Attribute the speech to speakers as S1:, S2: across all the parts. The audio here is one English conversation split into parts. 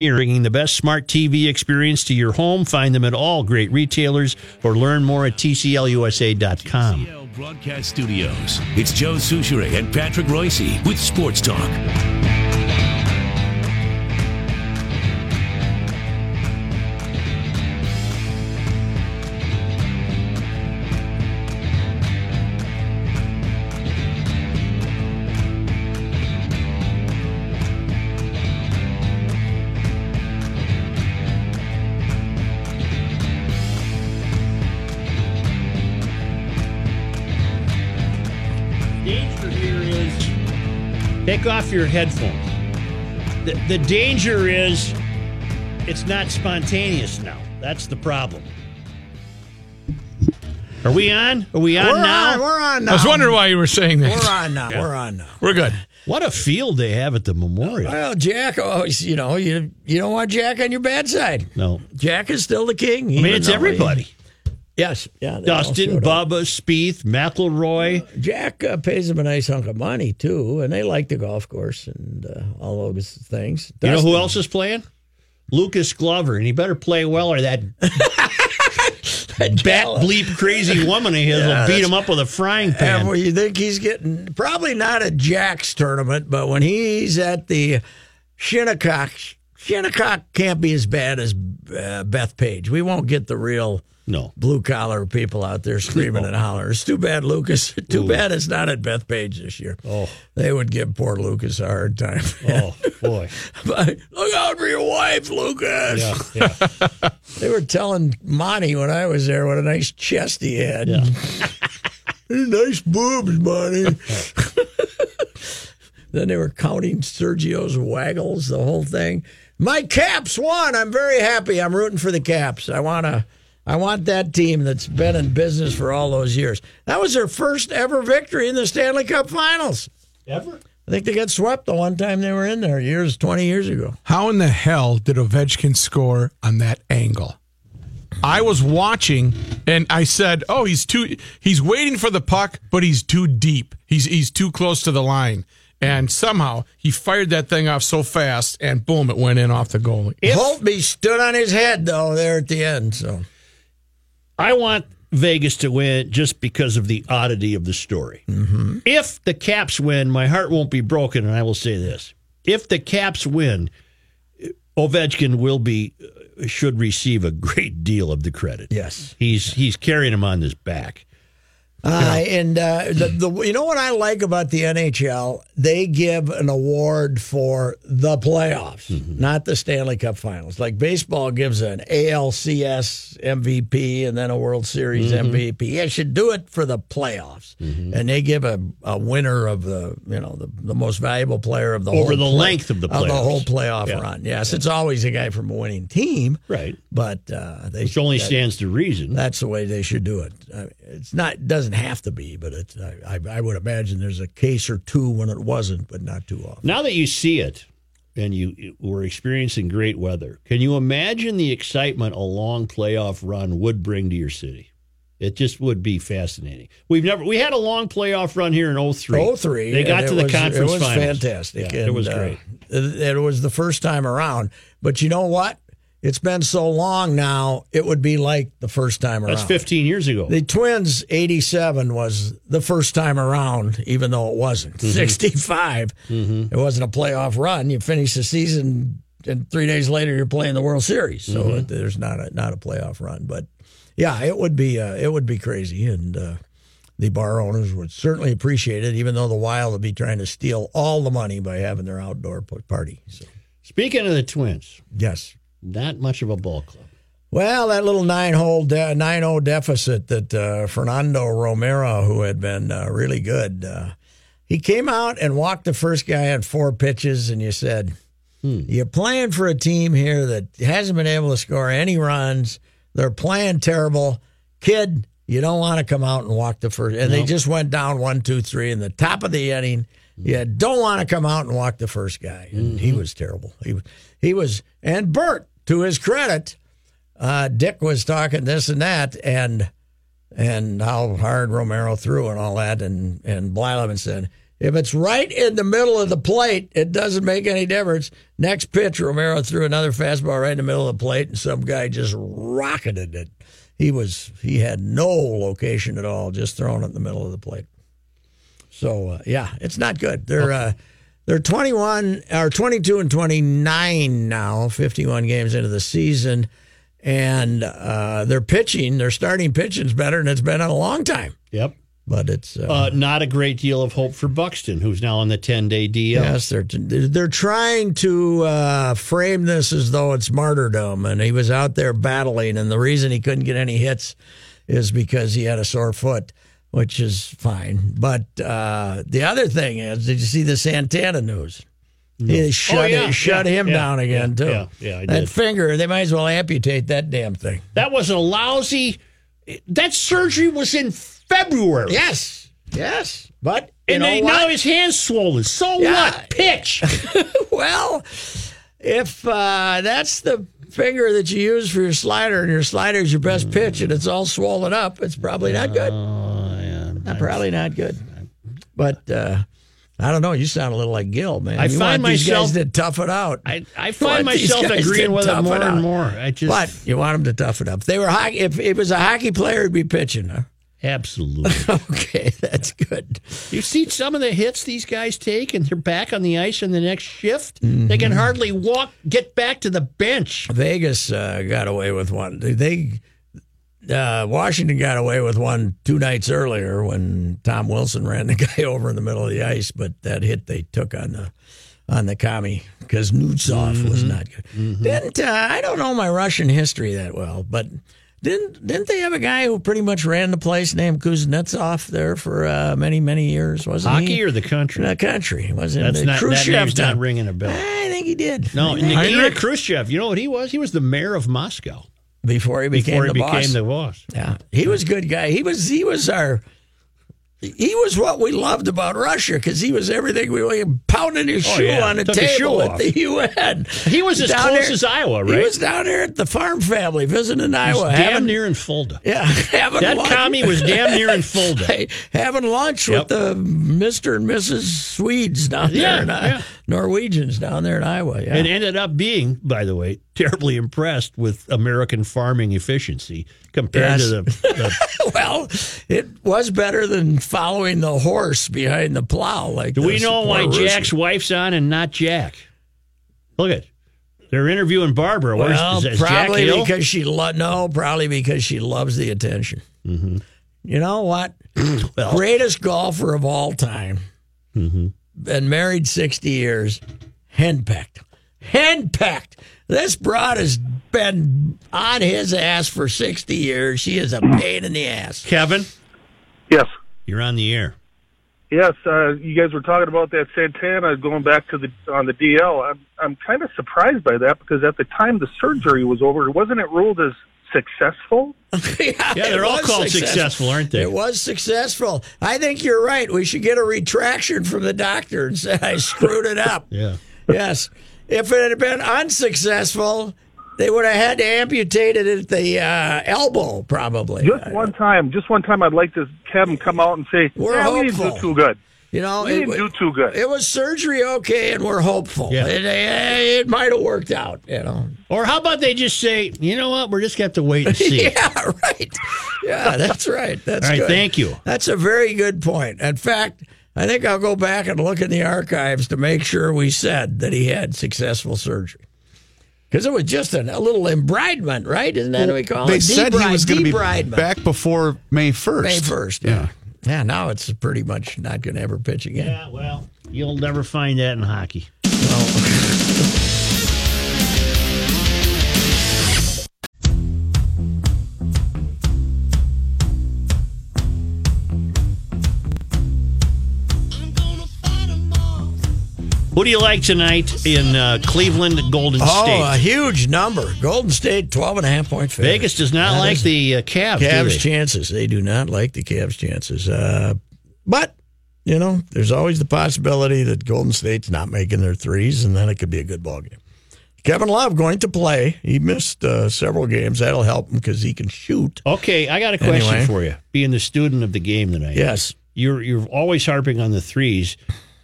S1: You're bringing the best smart TV experience to your home. Find them at all great retailers or learn more at tclusa.com.
S2: TCL Broadcast Studios. It's Joe Souchere and Patrick Royce with Sports Talk.
S1: Danger here is take off your headphones. The, the danger is it's not spontaneous now. That's the problem. Are we on? Are we on
S3: We're
S1: now?
S3: on. We're on now.
S4: I was wondering why you were saying that.
S3: We're on now. We're on now.
S4: We're good.
S1: What a field they have at the memorial.
S3: Well, Jack always, you know, you you don't want Jack on your bad side.
S1: No.
S3: Jack is still the king.
S1: I mean, it's everybody.
S3: yes. Yeah. they all
S1: Dustin,
S3: showed up.
S1: Bubba, Spieth, McElroy.
S3: Jack uh, pays him a nice hunk of money too, and they like the golf course and uh, all those things.
S1: You know
S3: Dustin-
S1: who else is playing? Lucas Glover, and he better play well, or that bat bleep crazy woman of his will beat him up with a frying pan.
S3: And where you think he's getting probably not at Jack's tournament, but when he's at the Shinnecock, Shinnecock can't be as bad as uh, Beth Page. We won't get the real
S1: no,
S3: blue collar people out there screaming
S1: Oh.
S3: and hollering. It's too bad, Lucas. Too bad it's not at Beth Page this year.
S1: Oh.
S3: they would give poor Lucas a hard time.
S1: oh boy,
S3: But Look out for your wife, Lucas.
S1: yeah, yeah.
S3: They were telling Monty when I was there what a nice chest he had. nice boobs, Monty. then they were counting Sergio's waggles, the whole thing. My Caps won. I'm very happy. I'm rooting for the Caps. I want to. I want that team that's been in business for all those years. That was their first ever victory in the Stanley Cup Finals.
S1: Ever?
S3: I think they got swept the one time they were in there years, 20 years ago.
S4: How in the hell did Ovechkin score on that angle? I was watching and I said, "Oh, he's too he's waiting for the puck, but he's too deep. He's he's too close to the line." And somehow he fired that thing off so fast and boom, it went in off the goalie.
S3: Holtby stood on his head though there at the end. So
S1: I want Vegas to win just because of the oddity of the story.
S3: Mm-hmm.
S1: If the Caps win, my heart won't be broken, and I will say this: if the Caps win, Ovechkin will be uh, should receive a great deal of the credit.
S3: yes.
S1: He's he's carrying him on his back.
S3: Uh, and uh, the, the you know what I like about the NHL, they give an award for the playoffs,
S1: Mm-hmm.
S3: not the Stanley Cup Finals. Like baseball gives an ALCS MVP and then a World Series
S1: Mm-hmm.
S3: MVP. They should do it for the playoffs, and they give a, a winner of the you know the, the most valuable player of the
S1: Over
S3: whole
S1: the length of the
S3: of the
S1: playoffs.
S3: whole playoff run. Yes, it's always a guy from a winning team,
S1: Right.
S3: But uh, they
S1: Which only
S3: that-
S1: stands to reason.
S3: that's the way they should do it. I mean, It's not doesn't have to be, but it's, I, I I would imagine there's a case or two when it wasn't, but not too often.
S1: now that you see it and you were experiencing great weather, can you imagine the excitement a long playoff run would bring to your city? It just would be fascinating. We've never we had a long playoff run here in 03.
S3: 03.
S1: They got
S3: Oh, and
S1: to
S3: it
S1: the
S3: was-
S1: conference
S3: It was
S1: finals.
S3: fantastic.
S1: Yeah, it
S3: and,
S1: was
S3: uh,
S1: great.
S3: it it was the first time around. But you know what? It's been so long now, it would be like the first time around.
S1: That's 15 years ago.
S3: The Twins 87 was the first time around, even though it wasn't. 65, it wasn't a playoff run. You finish the season and three days later you're playing the World Series. So it, there's not a not a playoff run, but yeah, it would be uh, it would be crazy, and uh, the bar owners would certainly appreciate it, even though the Wild would be trying to steal all the money by having their outdoor p- party. So
S1: Speaking of the Twins,
S3: yes.
S1: not much of a ball club.
S3: Well, that little nine hole de- nine oh deficit that uh, Fernando Romero, who had been uh, really good, uh, he came out and walked the first guy on four pitches, and you said, "You're playing for a team here that hasn't been able to score any runs. They're playing terrible, kid. You don't want to come out and walk the first. And they just went down one, two, three in the top of the inning. You don't want to come out and walk the first guy. And he was terrible. He was, he was, and Bert, to his credit uh, Dick was talking this and that, and and how hard Romero threw and all that, and and Blyleman said, if it's right in the middle of the plate, it doesn't make any difference. Next pitch, Romero threw another fastball right in the middle of the plate, and some guy just rocketed it. He was he had no location at all, just thrown it in the middle of the plate. So uh, yeah, it's not good. They're uh, they're 21 or 22 and 29 now, 51 games into the season, and uh, their pitching, their starting pitching's better than it's been in a long time.
S1: Yep.
S3: But it's uh,
S1: Uh, not a great deal of hope for Buxton, who's now on the 10 day DL.
S3: yes, they're they're trying to uh, frame this as though it's martyrdom, and he was out there battling, and the reason he couldn't get any hits is because he had a sore foot, which is fine. But uh, the other thing is, did you see the Santana news? They shut,
S1: Oh, yeah,
S3: shut
S1: yeah,
S3: him
S1: yeah,
S3: down again
S1: yeah,
S3: too.
S1: yeah, yeah, I
S3: that
S1: did.
S3: finger, they might as well amputate that damn thing.
S1: That was a lousy. That surgery was in February.
S3: Yes, yes, but you
S1: And
S3: know
S1: they,
S3: what?
S1: now his hand's swollen. So
S3: Yeah.
S1: what? Pitch.
S3: well, if uh, that's the finger that you use for your slider and your slider is your best pitch and it's all swollen up, it's probably not good.
S1: Oh,
S3: Not- probably not good. But uh, I don't know. You sound a little like Gil, man.
S1: I
S3: you
S1: find
S3: want these
S1: myself-
S3: guys to tough it out.
S1: I, I
S3: You want
S1: find
S3: these
S1: myself
S3: guys to
S1: agreeing with
S3: tough
S1: him more
S3: out.
S1: and more. I just.
S3: But you want them to tough it up. If they were hockey, if it was a hockey player, he'd be pitching. Huh?
S1: Absolutely.
S3: Okay, that's good.
S1: you see some of the hits these guys take, and they're back on the ice in the next shift.
S3: Mm-hmm.
S1: They can hardly walk, get back to the bench.
S3: Vegas uh, got away with one. They uh, Washington got away with one two nights earlier when Tom Wilson ran the guy over in the middle of the ice, but that hit they took on the on the commie because Nutsov was
S1: Mm-hmm.
S3: not good. Didn't uh, I don't know my Russian history that well, but didn't didn't they have a guy who pretty much ran the place named Kuznetsov there for uh, many many years? Wasn't
S1: Hockey
S3: he?
S1: or the country?
S3: the country? Wasn't
S1: That's
S3: it?
S1: not, that name's
S3: Khrushchev's
S1: not
S3: done-
S1: ringing a bell.
S3: I think he did.
S1: No,
S3: I think-
S1: Nikita
S4: Heinrich?
S1: Khrushchev. You know what he was? He was the mayor of Moscow
S3: before he became
S1: before he
S3: the boss.
S1: became the boss.
S3: Yeah, he was a good guy. He was he was our he was what we loved about Russia because he was everything we were pounding his
S1: Oh,
S3: shoe
S1: yeah.
S3: on the
S1: Took his
S3: table
S1: shoe
S3: at
S1: off.
S3: the UN.
S1: He was as
S3: Down
S1: close
S3: there-
S1: as Iowa,
S3: He
S1: right?
S3: was down there at the farm family visiting Iowa.
S1: damn
S3: having,
S1: near in Fulda.
S3: yeah, having
S1: That
S3: lunch,
S1: commie was damn near in Fulda.
S3: Hey, having lunch
S1: Yep.
S3: with the Mister and Mrs. Swedes down there,
S1: Yeah,
S3: in I-
S1: yeah.
S3: Norwegians down there in Iowa. Yeah,
S1: And ended up being, by the way, terribly impressed with American farming efficiency compared
S3: Yes.
S1: to the, the
S3: well, it was better than following the horse behind the plow. Like
S1: Do we
S3: those
S1: know
S3: poor
S1: why
S3: Russians.
S1: Jack's wife's on and not Jack? Look at they're interviewing Barbara. Where's
S3: Well,
S1: is that
S3: probably
S1: Jack Hill?
S3: because she lo- no, probably because she loves the attention.
S1: Mm-hmm.
S3: You know what? Greatest golfer of all time.
S1: Mm-hmm.
S3: Been married sixty years. Henpecked. Henpecked. This broad has been on his ass for sixty years. She is a pain in the ass.
S1: Kevin,
S5: Yes.
S1: you're on the air.
S5: Yes, uh, you guys were talking about that Santana going back to the on the DL. I'm I'm kind of surprised by that because at the time the surgery was over, wasn't it ruled as successful?
S1: Yeah,
S3: it
S1: they're all
S3: was
S1: called successful, aren't they?
S3: It was successful. I think you're right. We should get a retraction from the doctor and say I screwed it up.
S1: Yeah.
S3: yes. If it had been unsuccessful, they would have had to amputate it at the uh, elbow, probably.
S5: Just one time, just one time, I'd like to have him come out and say,
S3: We're
S5: "Yeah, we didn't
S3: hopeful."
S5: do too good."
S3: you know,
S5: We didn't
S3: wa-
S5: do too good.
S3: It was surgery, okay, and we're hopeful.
S1: Yeah.
S3: It, eh, it might have worked out, you know.
S1: Or how about they just say, you know what, we're just gonna have to wait and see.
S3: Yeah, right. Yeah, that's right. That's
S1: All right,
S3: good.
S1: thank you.
S3: That's a very good point. In fact, I think I'll go back and look in the archives to make sure we said that he had successful surgery. Because it was just an, a little embridement, right? Isn't that what we call
S6: They
S3: it?
S6: said he was going to be
S3: debridement.
S6: back before May 1st.
S3: May first. Yeah. Yeah. Now it's pretty much not going to ever pitch again.
S1: Yeah, well, you'll never find that in hockey. Who do you like tonight in uh, Cleveland, Golden
S3: Oh,
S1: State?
S3: a huge number. Golden State, 12 and a half point favorite.
S1: Vegas does not
S3: That
S1: like
S3: is-
S1: the uh, Cavs. do
S3: Cavs
S1: they?
S3: chances. They do not like the Cavs chances. Uh, but, you know, there's always the possibility that Golden State's not making their threes, and then it could be a good ball game. Kevin Love going to play. He missed uh, several games. That'll help him because he can shoot.
S1: Okay, I got a question
S3: Anyway.
S1: for you. Being the student of the game tonight,
S3: Yes.
S1: you're you're always harping on the threes.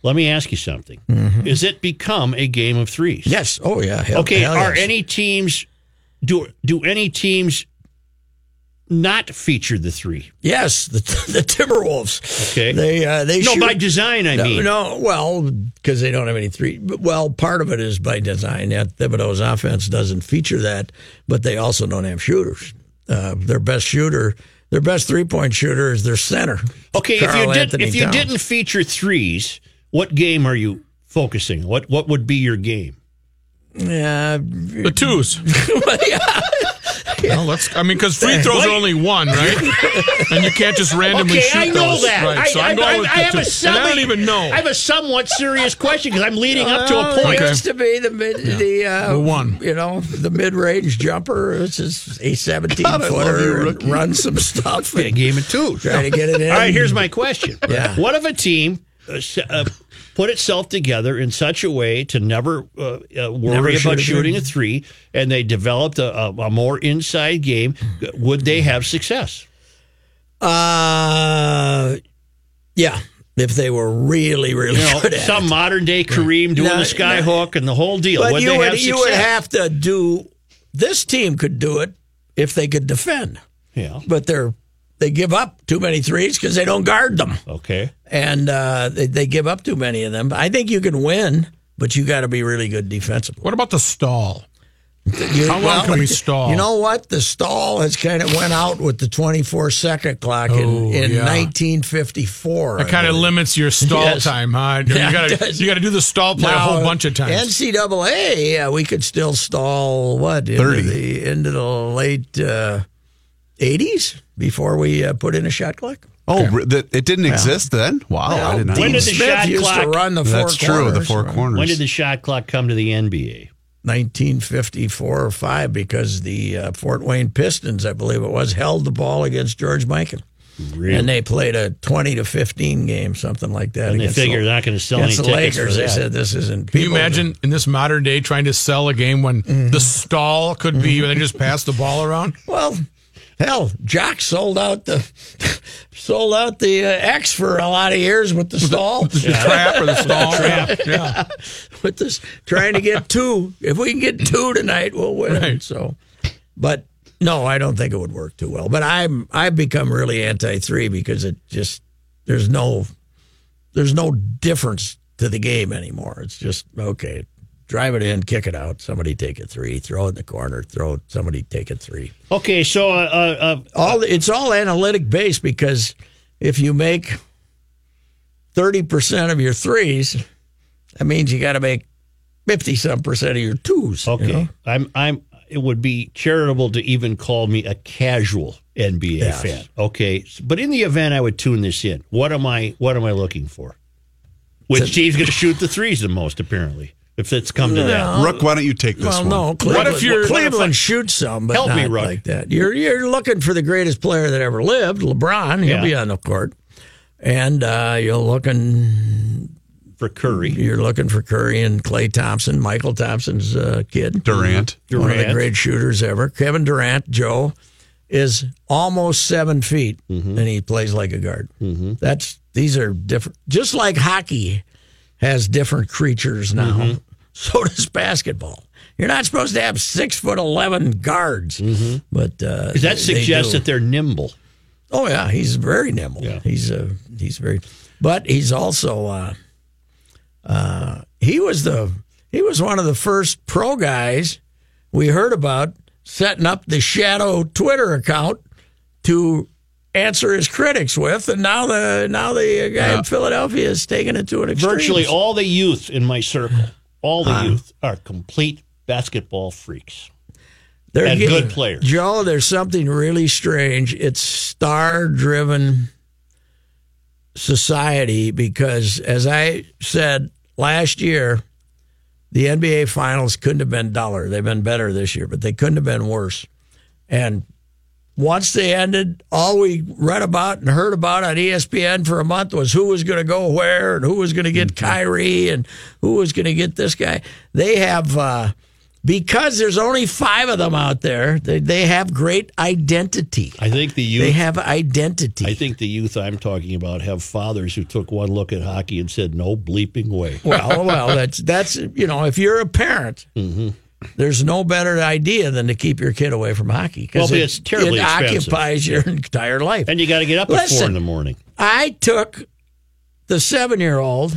S1: Let me ask you something:
S4: Mm-hmm.
S1: Is it become a game of threes?
S3: Yes. Oh, yeah. Hell-
S1: Okay,
S3: hell
S1: are
S3: yes.
S1: any teams do do any teams not feature the three?
S3: Yes, the, the Timberwolves.
S1: Okay.
S3: They, uh, they
S1: no,
S3: shoot-
S1: by design, I
S3: No,
S1: mean.
S3: no, well, because they don't have any three. but- Well, part of it is by design. That Thibodeau's offense doesn't feature that, but they also don't have shooters. Uh, their best shooter, their best three point shooter is their center.
S1: Okay, if
S3: Karl
S1: you did
S3: Anthony
S1: if you
S3: Towns.
S1: didn't feature threes, what game are you focusing? What what would be your game?
S3: Yeah,
S4: The twos. Well, let's. I mean, because free throws are only one, right? and you can't just randomly
S1: Okay,
S4: shoot
S1: I know
S4: those.
S1: that.
S4: Right,
S1: I,
S4: so
S1: I,
S4: I'm going
S1: I,
S4: with
S1: I
S4: the
S1: have a
S4: twos. And
S1: somewhat,
S4: I don't even know.
S1: I have a somewhat serious question because I'm leading up to a
S3: Well,
S1: point.
S3: It has to be the mid, the, uh,
S4: The one.
S3: you know, the mid range jumper. This is a seventeen
S6: God, I love you,
S3: footer. and
S6: rookie.
S3: Run some stuff.
S1: A game of two.
S3: Try to get it in.
S1: All right, here's my question.
S3: Yeah.
S1: What if a team uh, s- uh, put itself together in such a way to never uh, uh, worry
S3: Never shoot
S1: about
S3: a
S1: shooting a three and they developed a, a, a more inside game? Would they have success?
S3: Uh, yeah. If they were really, really
S1: You know,
S3: good at it.
S1: some modern day Kareem doing
S3: No,
S1: the skyhook and the whole deal.
S3: But
S1: would
S3: you
S1: they
S3: would
S1: have
S3: you
S1: success?
S3: would have to do. This team could do it if they could defend,
S1: yeah.
S3: but they're they give up too many threes because they don't guard them,
S1: Okay.
S3: and uh, they, they give up too many of them. I think you can win, but you got to be really good defensively.
S4: what about the stall?
S3: You-
S4: How long can we stall?
S3: You know what? The stall has kind of went out with the twenty four second clock in,
S4: Oh,
S3: in
S4: yeah.
S3: nineteen fifty four.
S4: That kind of limits your stall
S3: Yes.
S4: time, huh? You
S3: Yeah, it
S4: gotta
S3: does.
S4: you gotta do the stall play a whole bunch of times.
S3: NCAA, yeah, we could still stall what into
S6: 30.
S3: the into the late uh, eighties before we uh, put in a shot clock.
S6: Oh, re- that it didn't exist then? Wow. I did not
S1: When
S6: know.
S1: did the
S3: Smith
S1: shot
S3: used to
S1: clock-
S3: run the four
S6: That's true, the four corners.
S1: When did the shot clock come to the NBA?
S3: Nineteen fifty four or five because the uh, Fort Wayne Pistons, I believe it was, held the ball against George Mikan.
S1: Really?
S3: And they played a twenty to fifteen game, something like that.
S1: And they
S3: against the-
S1: figure they're not gonna sell
S3: against
S1: any
S3: the
S1: tickets for
S3: Lakers. They
S1: that.
S3: said this isn't.
S4: Can you imagine in this modern day trying to sell a game when
S1: Mm-hmm.
S4: the stall could be when they just pass the ball around?
S3: Well, hell, Jock sold out the sold out the uh, X for a lot of years with the stall,
S4: The trap or the stall trap. Yeah.
S3: with this trying to get two. If we can get two tonight, we'll win.
S4: Right.
S3: So, but no, I don't think it would work too well. But I'm I've become really anti three because it just there's no there's no difference to the game anymore. It's just okay. Drive it in, kick it out. Somebody take a three, throw it in the corner, throw it. Somebody take a three.
S1: Okay, so uh, uh, uh,
S3: all it's all analytic based because if you make 30% of your threes that means you got to make 50 some percent of your twos you
S1: Okay,
S3: know?
S1: I'm I'm. It would be charitable to even call me a casual NBA
S3: Yes.
S1: fan. Okay, s- but in the event I would tune this in, what am I? What am I looking for? Which team's going to shoot the threes the most? Apparently, if it's come to that.
S6: Rook, why don't you take this
S3: well
S6: one?
S3: no cleveland,
S4: if you're-
S3: cleveland
S4: what if I-
S3: shoots some but
S1: Help me,
S3: not
S1: Rook.
S3: like that you're, you're looking for the greatest player that ever lived lebron he'll
S1: Yeah.
S3: be on the court and uh, you're looking
S1: for Curry,
S3: you're looking for curry and clay thompson michael thompson's uh, kid
S6: Durant.
S3: one of the
S1: Durant.
S3: great shooters ever. Kevin Durant, Joe, is almost seven feet, and he plays like a guard. That's these are different. Just like hockey has different creatures now, so does basketball. You're not supposed to have six foot eleven guards, but uh,
S1: does that
S3: they- they
S1: suggest
S3: do.
S1: that they're nimble?
S3: Oh yeah, he's very nimble.
S1: Yeah.
S3: He's uh, he's very, but he's also uh, uh, he was the he was one of the first pro guys we heard about setting up the shadow Twitter account to answer his critics with, and now the now the guy in Philadelphia is taking it to an extreme.
S1: Virtually all the youth in my circle, all the youth are complete basketball freaks.
S3: They're
S1: and
S3: getting-
S1: good players.
S3: Joe, there's something really strange. It's star driven society because, as I said last year, the NBA finals couldn't have been duller. They've been better this year, but they couldn't have been worse. And once they ended, all we read about and heard about on E ESPN for a month was who was going to go where and who was going to get
S1: Mm-hmm.
S3: Kyrie and who was going to get this guy. They have, uh, because there's only five of them out there, they, they have great identity.
S1: I think the
S3: They
S1: youth.
S3: have identity.
S1: I think the youth I'm talking about have fathers who took one look at hockey and said, "No bleeping way."
S3: well, well, that's that's you know, if you're a parent,
S1: Mm-hmm.
S3: there's no better idea than to keep your kid away from hockey
S1: Well,
S3: because
S1: but it's terribly
S3: it
S1: expensive.
S3: occupies your entire life.
S1: And you got to get up at four
S3: Listen.
S1: in the morning.
S3: I took the seven year old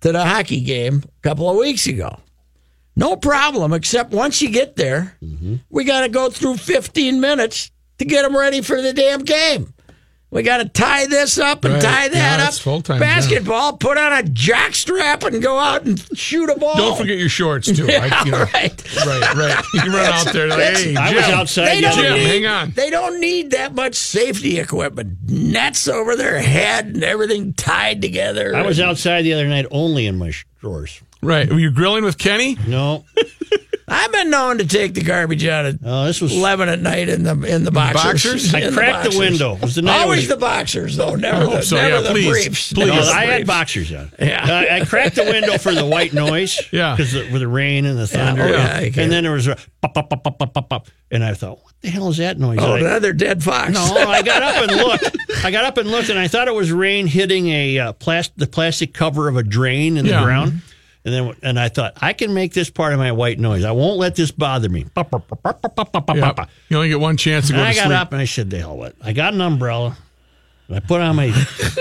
S3: to the hockey game a couple of weeks ago. No problem, except once you get there,
S4: Mm-hmm.
S3: we got to go through 15 minutes to get them ready for the damn game. We got to tie this up and
S4: Right.
S3: tie that
S4: Yeah,
S3: up.
S4: it's full-time, yeah.
S3: Basketball, put on a jock strap and go out and shoot a ball.
S4: Don't forget your shorts too. I, you know,
S3: right.
S4: Right, right. You run out there. Like, hey,
S1: I was
S4: Jim."
S1: outside the
S3: don't
S1: other
S4: Jim,
S1: day.
S4: hang on.
S3: They don't need that much safety equipment. Nets over their head and everything tied together.
S1: I was outside the other night only in my sh- drawers.
S4: Right. Were you grilling with Kenny?
S1: No,
S3: I've been known to take the garbage out at
S1: uh, this was.
S3: eleven at night in the in the boxers.
S4: boxers?
S1: I
S3: In
S1: cracked the,
S3: boxers.
S1: window. It was the night I was-
S3: Always the boxers, though. Never
S4: hope
S3: the,
S4: so.
S3: never
S4: Yeah,
S3: the
S4: please,
S3: briefs.
S4: please.
S3: Never
S1: No,
S3: the
S1: I had
S3: briefs.
S1: boxers on.
S3: Yeah.
S1: I, I cracked the window for the white noise.
S4: Yeah.
S1: Because with the rain and the thunder.
S3: oh, yeah, I get
S1: and then there was a pop, pop, pop, pop, pop, pop, pop. And I thought, what the hell is that noise?
S3: Oh,
S1: And I-
S3: another dead fox.
S1: no, I got up and looked. I got up and looked, and I thought it was rain hitting a uh, plastic, the plastic cover of a drain in
S4: Yeah.
S1: the ground.
S3: Mm-hmm.
S1: And then, and I thought I can make this part of my white noise. I won't let this bother me. Pop, pop, pop, pop, pop, pop, pop,
S4: Yeah.
S1: pop.
S4: You only get one chance to go
S1: And I
S4: to
S1: got
S4: sleep.
S1: up and I said, "The hell with it." I got an umbrella. And I put on my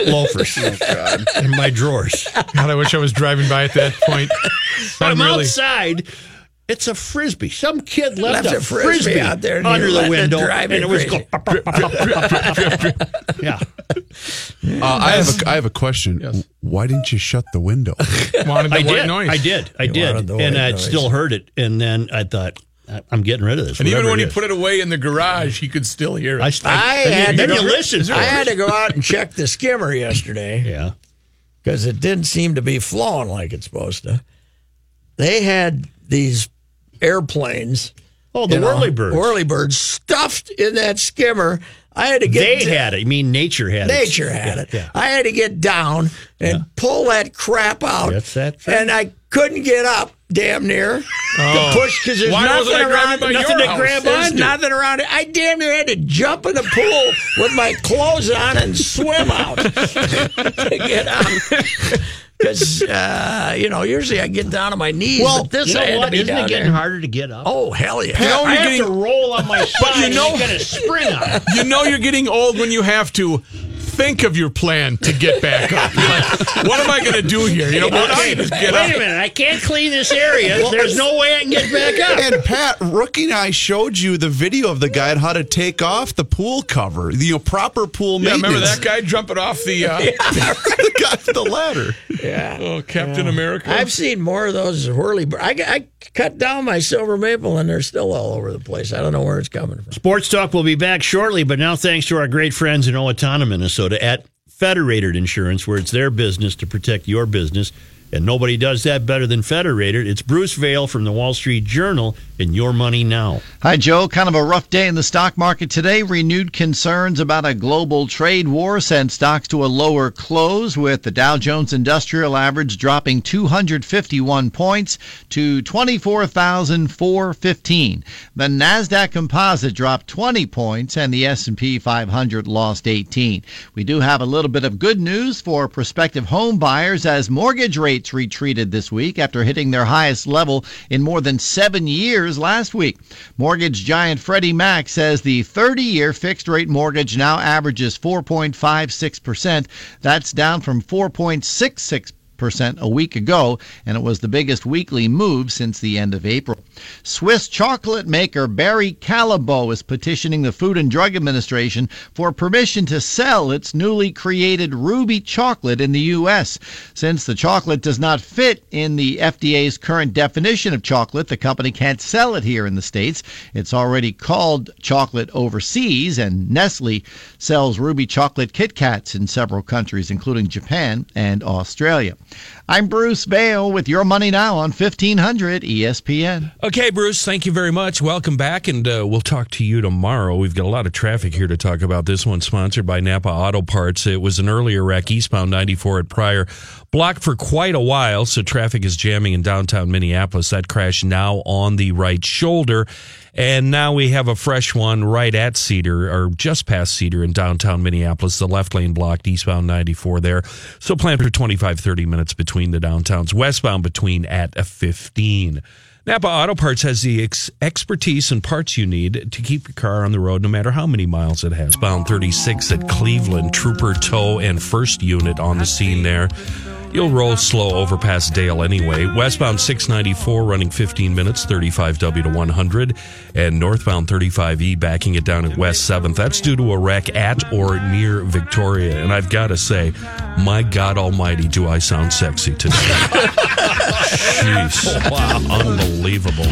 S1: loafers and my drawers.
S4: God, I wish I was driving by at that point.
S1: I'm
S4: I'm really.
S1: outside. It's a frisbee. Some kid left,
S3: Left
S1: a,
S3: a frisbee out there and you
S1: under the
S3: let it
S1: window,
S3: drive
S1: and
S3: you
S1: it was
S3: crazy.
S1: going. pop, pop, pop, pop, pop, pop. Yeah,
S6: Uh, I have a, I have a question. Why didn't you shut the window?
S4: Wanted the
S1: I
S4: white
S1: did.
S4: noise.
S1: I did. I
S3: wanted
S1: did.
S3: the
S1: And
S3: white
S1: I
S3: noise.
S1: still heard it. And then I thought, I- I'm getting rid of this.
S4: And even
S1: whatever
S4: when
S1: it
S4: he
S1: is.
S4: put it away in the garage, he could still hear it.
S1: I, st-
S3: I
S1: then you-
S3: had
S1: then
S3: to
S1: you
S3: go-
S1: listen. To
S3: I had
S1: it.
S3: to go out and check the skimmer yesterday.
S1: Yeah.
S3: because it didn't seem to be flowing like it's supposed to. They had these airplanes.
S1: Oh, the
S3: you know,
S1: whirlybirds.
S3: Whirlybirds stuffed in that skimmer. I had to get
S1: They had it. I mean, nature had it.
S3: nature had it.
S1: Yeah.
S3: I had to get down and pull that crap out.
S1: That's that thing.
S3: And I couldn't get up damn near
S4: Oh.
S3: to push because there's
S4: Why wasn't
S3: nothing
S4: I grabbing
S3: around
S4: by
S3: nothing
S4: your
S3: to
S4: house?
S3: grab
S4: There's
S3: on. Nothing around it. I damn near had to jump in the pool with my clothes on and swim out to get out. Because uh, you know, usually I get down on my knees.
S1: Well,
S3: but this
S1: you know
S3: I had to
S1: what?
S3: be
S1: Isn't
S3: down
S1: it getting
S3: there.
S1: harder to get up?
S3: Oh hell yeah!
S4: know,
S1: I
S4: you're
S1: have
S4: getting-
S1: to roll on my side.
S4: you
S1: and
S4: know-
S1: get a spring on it.
S4: you know you're getting old when you have to think of your plan to get back up. You're like, what am I going to do here? You know, what I
S1: Okay,
S4: can just get
S1: wait a
S4: up.
S1: minute. I can't clean this area. There's no way I can get back up.
S6: and Pat, Rookie and I showed you the video of the guy on how to take off the pool cover, the you know, proper pool
S4: Yeah,
S6: maintenance.
S4: remember that guy jumping off the uh,
S6: the guy with the ladder.
S4: oh, Captain America?
S3: I've seen more of those whirly. I, I cut down my silver maple, and they're still all over the place. I don't know where it's coming from.
S1: Sports Talk will be back shortly, but now thanks to our great friends in Owatonna, Minnesota at Federated Insurance, where it's their business to protect your business. And nobody does that better than Federated. It's Bruce Vail from the Wall Street Journal and Your Money Now.
S7: Hi, Joe. Kind of a rough day in the stock market today. Renewed concerns about a global trade war sent stocks to a lower close, with the Dow Jones Industrial Average dropping 251 points to 24,415. The Nasdaq Composite dropped 20 points, and the S&P 500 lost 18. We do have a little bit of good news for prospective home buyers as mortgage rates retreated this week after hitting their highest level in more than seven years last week. Mortgage giant Freddie Mac says the 30 year fixed rate mortgage now averages 4.56%. That's down from 4.66% 1.5% a week ago, and it was the biggest weekly move since the end of April. Swiss chocolate maker Barry Callebaut is petitioning the Food and Drug Administration for permission to sell its newly created ruby chocolate in the U.S. Since the chocolate does not fit in the FDA's current definition of chocolate, the company can't sell it here in the States. It's already called chocolate overseas, and Nestle sells ruby chocolate Kit Kats in several countries, including Japan and Australia. I'm Bruce Bale with Your Money Now on 1500 ESPN.
S8: Okay, Bruce, thank you very much. Welcome back, and uh, we'll talk to you tomorrow. We've got a lot of traffic here to talk about. This one sponsored by Napa Auto Parts. It was an earlier wreck eastbound 94 at Pryor, blocked for quite a while, so traffic is jamming in downtown Minneapolis. That crash now on the right shoulder. And now we have a fresh one right at Cedar or just past Cedar in downtown Minneapolis. The left lane blocked eastbound 94 there. So plan for 25, 30 minutes between the downtowns, westbound between at a 15. Napa Auto Parts has the ex- expertise and parts you need to keep your car on the road no matter how many miles it has. Bound 36 at Cleveland, Trooper Tow and First Unit on the scene there. You'll roll slow over past Dale anyway. Westbound 694 running 15 minutes, 35W to 100, and northbound 35E backing it down at West 7th. That's due to a wreck at or near Victoria. And I've got to say, my God Almighty, do I sound sexy today?
S9: Oh,
S8: Jeez. Unbelievable.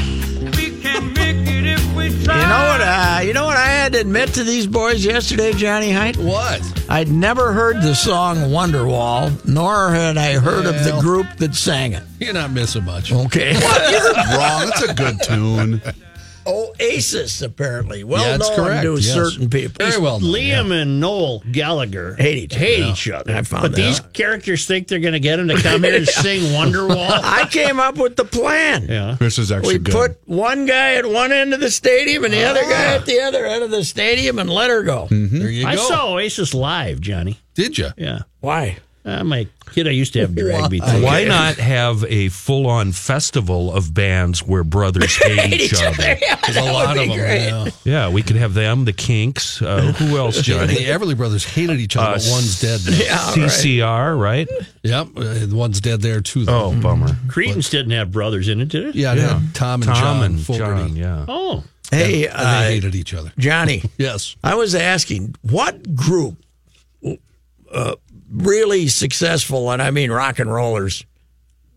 S3: You know what? Uh, you know what I had to admit to these boys yesterday, Johnny Height. What? I'd never heard the song Wonderwall, nor had I heard of the
S9: Well.
S3: group that sang it.
S9: You're not missing much.
S3: Okay.
S6: Wrong. That's a good tune.
S3: Oasis, apparently, well
S9: Yeah, that's
S3: known
S9: correct,
S3: to
S9: yes.
S3: certain people.
S9: Very well known,
S1: Liam and Noel Gallagher
S3: Hate each other.
S1: hate
S3: Yeah.
S1: each other.
S3: I found
S1: but
S3: that
S1: these
S3: out.
S1: characters think they're going to get him to come here and sing Wonderwall.
S3: I came up with the plan.
S1: Yeah.
S6: This is actually
S3: We
S6: good.
S3: put one guy at one end of the stadium and the other
S9: Ah.
S3: guy at the other end of the stadium and let her go.
S6: Mm-hmm.
S9: There you
S1: I
S9: go.
S1: saw Oasis live, Johnny.
S9: Did you?
S1: Yeah.
S3: Why?
S1: Uh, my kid I used to have drag me to.
S8: Why not have a full on festival of bands where brothers hate each other?
S9: There's a lot of
S3: would
S9: them.
S3: be great.
S9: yeah.
S8: Yeah, we could have them, the Kinks. Uh, who else, Johnny?
S9: The Everly brothers hated each other,
S8: Uh,
S9: but one's dead. Now.
S8: CCR, right?
S9: Yep, uh, one's dead there too. Though.
S8: bummer.
S1: Credence didn't have brothers in it, did it?
S9: yeah, yeah. Tom and
S8: Tom
S9: John
S8: and
S9: Fogerty.
S8: John, yeah.
S1: Oh.
S3: Hey,
S9: And they
S3: uh,
S9: hated each other.
S3: Johnny,
S9: Yes,
S3: I was asking what group, uh, really successful, and I mean rock and rollers,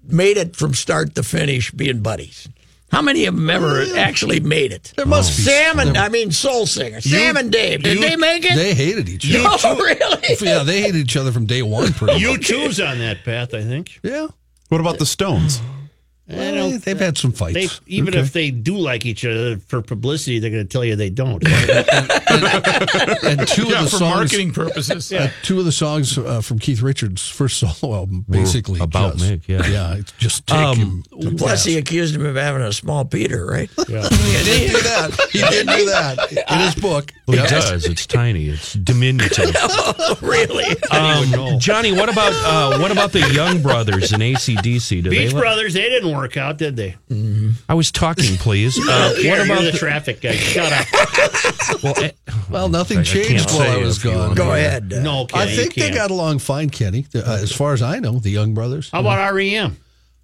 S3: made it from start to finish being buddies. How many of them ever actually made it? There must
S9: be
S3: Sam and
S9: some.
S3: I mean Soul Singer. Sam and Dave. Did
S9: You-
S3: they make it?
S9: They hated each other.
S3: oh, really?
S9: yeah, they hated each other from day one. Pretty
S1: You
S9: much.
S1: choose on that path, I think.
S9: Yeah,
S6: What about the Stones?
S9: Well, they- they've had some
S1: They,
S9: fights.
S1: even if they do like each other for publicity, they're going to tell you they don't.
S9: and two
S4: Yeah,
S9: of the
S4: for
S9: songs,
S4: marketing purposes.
S9: uh, two of the songs uh, from Keith Richards' first solo album, basically
S8: about
S9: just,
S8: Mick, yeah. Um,
S9: yeah, it's just take him. to
S3: Plus,
S9: task.
S3: he accused him of having a small Peter, right?
S9: He did do that. He did do that in his book.
S8: Well,
S9: Yeah.
S8: It does. It's tiny. It's diminutive.
S3: really?
S8: Um, Johnny, what about uh, what about the Young Brothers and ACDC? Do they
S1: Beach
S8: let-
S1: Brothers, they didn't work out, did they?
S8: I was talking, please. Uh,
S1: What about the traffic guy? Shut up.
S8: well, eh,
S9: Well, nothing
S8: I can't
S9: changed while
S8: say
S9: I was
S8: if you
S9: gone.
S8: want
S3: Go ahead.
S1: No,
S9: I
S1: Kenny, you
S9: think they
S1: can't.
S9: got along fine, Kenny. The- Uh, as far as I know, the Young Brothers.
S1: How about E REM?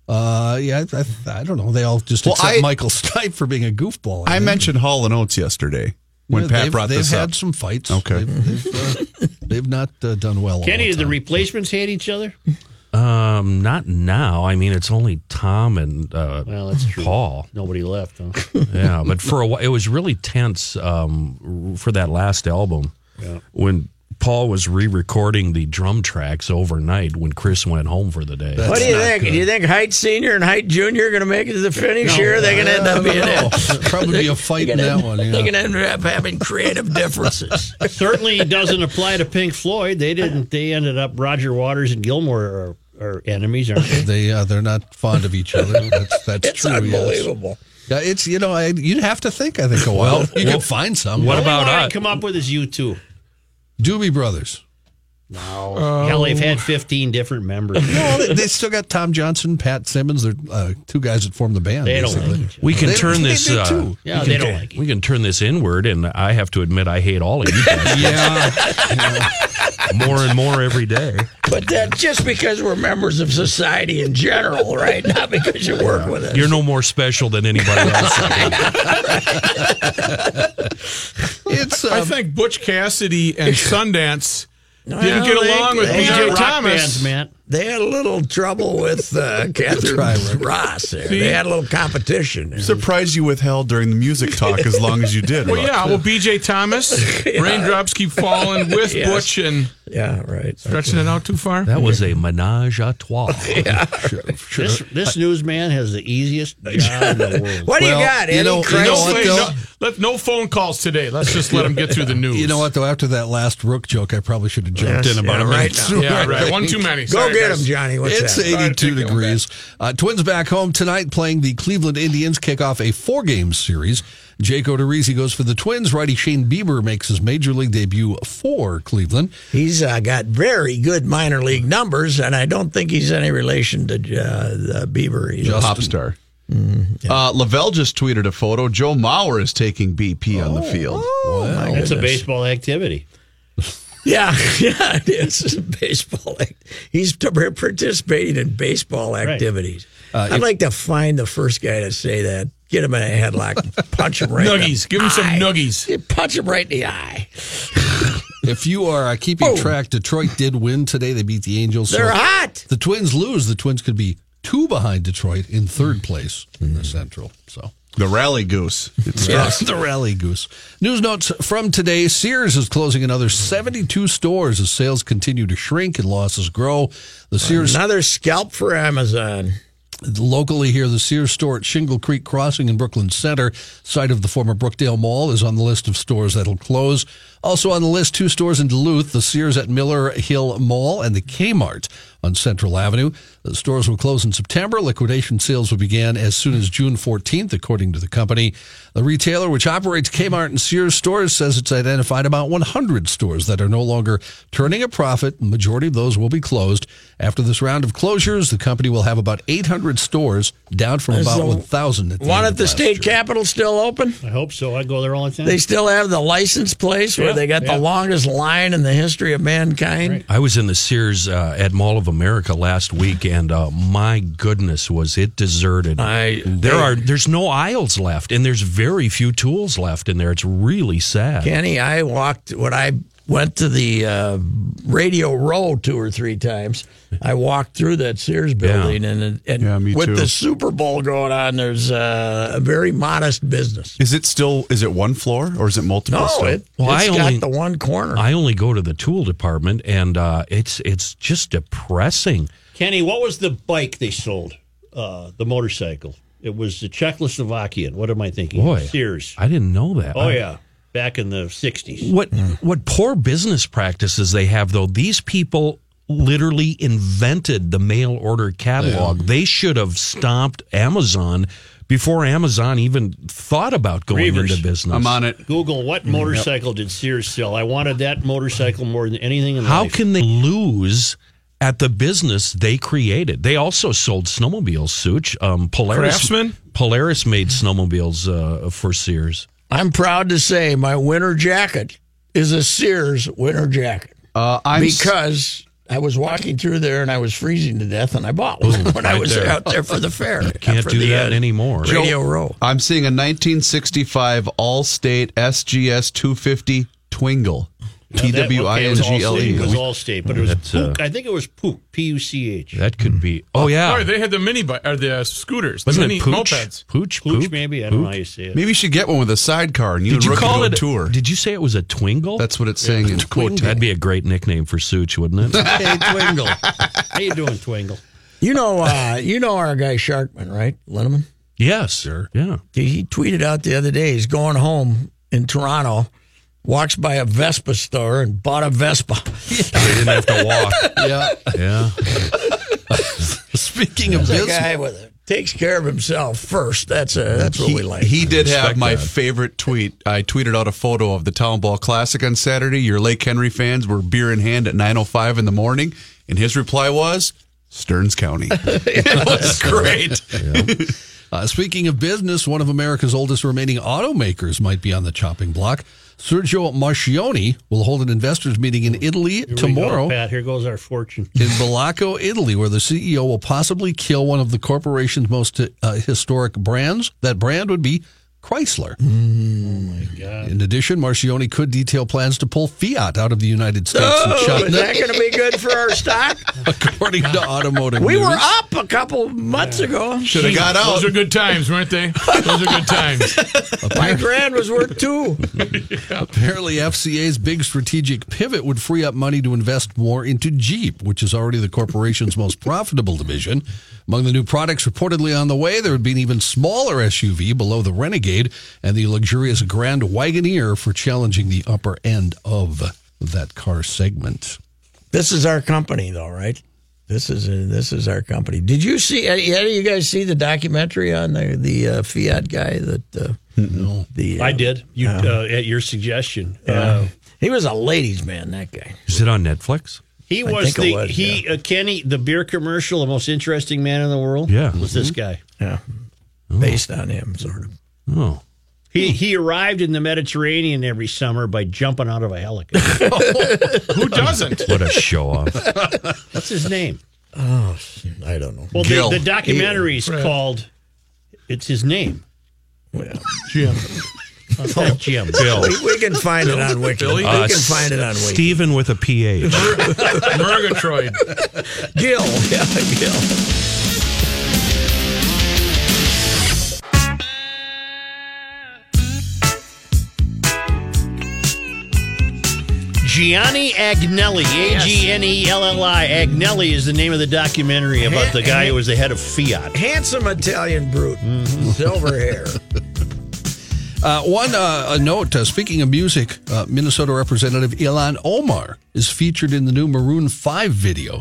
S9: Uh, yeah, I, I, I don't know. They all just
S6: Well,
S9: accept
S6: I-
S9: Michael Stipe for being a goofball.
S6: I
S9: think.
S6: mentioned Hall and Oates yesterday when
S9: Yeah,
S6: Pat
S9: they've,
S6: brought
S9: they've
S6: this
S9: had
S6: up.
S9: some fights.
S6: Okay.
S9: They've, they've, uh, they've not uh, done well. all
S1: Kenny,
S9: the
S1: did the
S9: time.
S1: replacements hate each other?
S8: um, not now. I mean, it's only Tom and uh,
S1: Well, that's true.
S8: Paul.
S1: Nobody left, huh?
S8: Yeah, but for a while, it was really tense um, for that last album when Paul was re-recording the drum tracks overnight when Chris went home for the day.
S3: What do you think? Do you think Height Senior and Height Junior are going to make it to the finish here? They're going to end up being
S9: Oh, there'd probably be a fight in that one.
S3: They're
S9: Yeah.
S3: going to end up having creative differences.
S1: Certainly doesn't apply to Pink Floyd. They didn't. They ended up Roger Waters and Gilmore are, are enemies, aren't they?
S9: They uh, they're not fond of each other. That's that's
S3: It's
S9: true. yes.
S3: unbelievable.
S9: Yeah, it's you know I, you'd have to think. I think a while. you could find some.
S8: What
S1: Only
S8: about
S1: one I
S8: us?
S1: come up with is you two.
S9: Doobie Brothers?
S1: No.
S8: Oh.
S1: Hell, they've had 15 different members.
S9: No, they, they still got Tom Johnson, Pat Simmons. They're uh, two guys that formed the band.
S1: They don't
S9: basically.
S1: like each
S8: We can
S9: They-
S8: turn
S9: they
S8: this.
S9: do,
S8: Uh,
S9: too.
S1: Yeah,
S8: we can
S1: they don't
S8: tu-
S1: like
S8: We can turn this inward, and I have to admit, I hate all of you. guys. more and more every day.
S3: But that just because we're members of society in general, right? Not because you work with us.
S8: You're no more special than anybody else.
S6: It's
S4: I
S9: um,
S6: uh,
S4: think Butch Cassidy and Sundance didn't get
S3: they-
S4: along with
S3: they
S1: These are
S4: B.J.
S1: rock
S4: Thomas.
S1: bands, man.
S3: They had a little trouble with uh, Catherine Ross there. They had a little competition. There.
S6: surprised you withheld during the music talk as long as you did.
S4: Well,
S6: Buck.
S4: yeah. Well, B.J. Thomas, raindrops keep falling with
S3: Yes.
S4: Butch and
S3: yeah, right.
S4: stretching it out too far.
S8: That was a menage a trois.
S1: This, this newsman has the easiest job in the world.
S3: What do
S9: Well,
S3: you got,
S9: you
S3: Eddie?
S9: know- you
S3: Christ?
S9: know
S4: No,
S9: what,
S4: wait,
S9: though?
S4: no, let, no phone calls today. Let's just let him get through the news.
S9: You know what though? After that last Rook joke, I probably should have jumped in about
S3: yeah,
S9: a minute
S3: right.
S9: sooner,
S4: Yeah, right.
S9: I
S4: One
S9: think.
S4: too many.
S3: Go
S4: Sorry,
S3: get
S4: guys.
S3: him, Johnny. What's
S9: It's
S3: that?
S9: 82 degrees. Uh, twins back home tonight playing the Cleveland Indians kick off a four game series. Jake Odorizzi goes for the Twins. Righty Shane Bieber makes his major league debut for Cleveland.
S3: He's uh, got very good minor league numbers, and I don't think he's any relation to uh, uh, Bieber. He's
S6: pop star. Uh, Lavelle just tweeted a photo. Joe Mauer is taking BP on the field.
S1: That's a baseball activity.
S3: Oh, Yeah, yeah, it is baseball. act- He's t- participating in baseball activities. I'd like to find the first guy to say that. Get him in a headlock, and punch him right.
S4: Nuggies. Give him some nuggies.
S3: nuggies. Punch him right in the eye.
S9: If you are uh, keeping track, Detroit did win today. They beat the Angels.
S3: They're
S9: so
S3: hot.
S9: the Twins lose. The Twins could be two behind Detroit in third place in the Central. So.
S6: The rally goose. It's
S9: Yes, the rally goose. News notes from today Sears is closing another 72 stores as sales continue to shrink and losses grow. The Sears
S3: Another scalp for Amazon.
S9: locally here, the Sears store at Shingle Creek Crossing in Brooklyn Center, site of the former Brookdale Mall, is on the list of stores that'll close. Also on the list, two stores in Duluth, the Sears at Miller Hill Mall and the Kmart on Central Avenue. The stores will close in September. Liquidation sales will begin as soon as June 14th, according to the company. The retailer, which operates Kmart and Sears stores, says it's identified about 100 stores that are no longer turning a profit. The majority of those will be closed. After this round of closures, the company will have about 800 stores, down from about
S3: the
S9: 1,000 at the
S3: One
S9: end
S3: at
S9: of
S3: the
S9: last
S3: state
S9: year.
S3: capitol still open.
S1: I hope so. I go there all the time.
S3: They still have the license place where they got
S1: yeah.
S3: the longest line in the history of mankind.
S8: I was in the Sears uh, at Mall of America last week, and uh, my goodness, was it deserted!
S3: I-
S8: there are there's no aisles left, and there's very few tools left in there. It's really sad.
S3: Kenny, I walked when I went to the uh, Radio Row two or three times. I walked through that Sears building, and and
S6: Yeah, me
S3: with
S6: too.
S3: the Super Bowl going on, there's uh, a very modest business.
S6: Is it still? Is it one floor or is it multiple?
S3: No,
S6: still?
S3: it,
S8: Well,
S3: has
S8: I
S3: got
S8: only-
S3: the one corner.
S8: I only go to the tool department, and uh, it's it's just depressing.
S1: Kenny, what was the bike they sold? Uh, the motorcycle. It was the Czechoslovakian. What am I thinking?
S8: Boy.
S1: Sears.
S8: I didn't know that.
S1: Oh, yeah. Back in the 60s.
S8: What what poor business practices they have though? These people literally invented the mail order catalog. They should have stomped Amazon before Amazon even thought about going
S1: Reavers.
S8: into business.
S6: I'm on it.
S1: Google,
S8: Mm,
S1: what motorcycle did Sears sell? I wanted that motorcycle more than anything in
S8: How
S1: life.
S8: can they lose at the business they created? They also sold snowmobiles, Such. Um, Polaris
S4: Craftsman?
S8: Polaris made snowmobiles uh, for Sears.
S3: I'm proud to say my winter jacket is a Sears winter jacket
S6: Uh, I'm s-
S3: because. I was walking through there and I was freezing to death, and I bought one when
S8: Oh,
S3: I
S8: right
S3: was
S8: there.
S3: out there for the fair.
S8: Can't
S3: for
S8: do
S3: the,
S8: that
S3: uh,
S8: anymore.
S3: Radio Row.
S6: I'm seeing a 1965 All-State SGS 250 Twingle. T
S1: That-
S6: W I
S1: okay, it
S6: N
S1: was
S6: G L
S1: Allstate. It was
S6: E.
S1: Allstate, but it was
S8: That's, uh,
S1: Pooch. I think it was Pooch, P U C H.
S8: That could be. Oh yeah,
S4: Sorry, they had the mini bi- or the uh, scooters, the
S8: wasn't
S4: mini
S8: it Pooch?
S4: mopeds.
S8: Pooch,
S1: Pooch,
S8: Poop?
S1: maybe? I don't know how you say it.
S6: Maybe you should get one with a sidecar and you
S8: Did
S6: and
S8: you
S6: Rook
S8: call
S6: go
S8: it
S6: tour.
S8: Did you say it was a twingle?
S6: That's what it's saying in quote.
S8: That'd be a great nickname for Such, wouldn't it?
S1: Hey, Twingle. how you doing, Twingle?
S3: You know, uh, you know our guy Sharkman, right, Linneman?
S8: yes, sir. Yeah.
S3: He tweeted out the other day. He's going home in Toronto, walks by a Vespa store and bought a Vespa.
S8: They didn't have to walk.
S9: Yeah.
S8: Yeah.
S9: Speaking of
S3: There's a
S9: business,
S3: guy with a takes care of himself first. That's a, that's what
S6: he,
S3: we like.
S6: He did have my
S3: Respect
S6: favorite tweet. I tweeted out a photo of the Town Ball Classic on Saturday. Your Lake Henry fans were beer in hand at 9.05 in the morning. And his reply was, Stearns County. it was great.
S9: Uh, speaking of business, one of America's oldest remaining automakers might be on the chopping block. Sergio Marchioni will hold an investors meeting in Italy
S1: Here we go,
S9: tomorrow.
S1: Pat. Here goes our fortune.
S9: in Bolacco, Italy, where the CEO will possibly kill one of the corporation's most uh, historic brands. That brand would be Chrysler.
S3: Hmm.
S9: In addition, Marcioni could detail plans to pull Fiat out of the United States and
S3: Oh,
S9: China,
S3: is that going to be good for our stock?
S9: according to Automotive
S3: We
S9: News.
S3: were up a couple months ago.
S6: Should have got out.
S4: Those are good times, weren't they? Those are good times.
S3: Five grand was worth two.
S9: Apparently, FCA's big strategic pivot would free up money to invest more into Jeep, which is already the corporation's most profitable division. Among the new products reportedly on the way, there would be an even smaller SUV below the Renegade and the luxurious Grand Wagoneer for challenging the upper end of that car segment.
S3: This is our company, though, right? This is uh, this is our company. Did you see? Any any of you guys see the documentary on the the uh, Fiat guy that uh, the uh,
S1: I did. You uh, at your suggestion. Uh,
S3: he was a ladies' man. That guy.
S8: Is it on Netflix?
S1: he
S3: I
S1: was
S3: think it
S1: the
S3: was,
S1: he uh, Kenny the beer commercial, the most interesting man in the world.
S8: Yeah.
S1: was this guy.
S3: Yeah, based on him, sort of.
S8: Oh.
S1: He he arrived in the Mediterranean every summer by jumping out of a helicopter.
S4: Who doesn't?
S8: What a show off.
S1: What's his name?
S3: I don't know.
S1: Well,
S6: Gil.
S1: the, the documentary is
S4: Right.
S1: called. It's his name.
S3: Well,
S4: Jim.
S1: It's not Jim.
S8: Bill.
S3: we, we can find it on Wikipedia. we
S8: Uh,
S3: can find it on Wikipedia.
S8: Steven with a PH.
S4: Murgatroyd.
S3: Gil, yeah, Gil.
S1: Gianni Agnelli, A G N E L L I. Agnelli is the name of the documentary about the guy who was the head of Fiat.
S3: Handsome Italian brute, silver hair.
S9: Uh, one uh, a note uh, speaking of music, uh, Minnesota Representative Ilan Omar is featured in the new Maroon 5 video.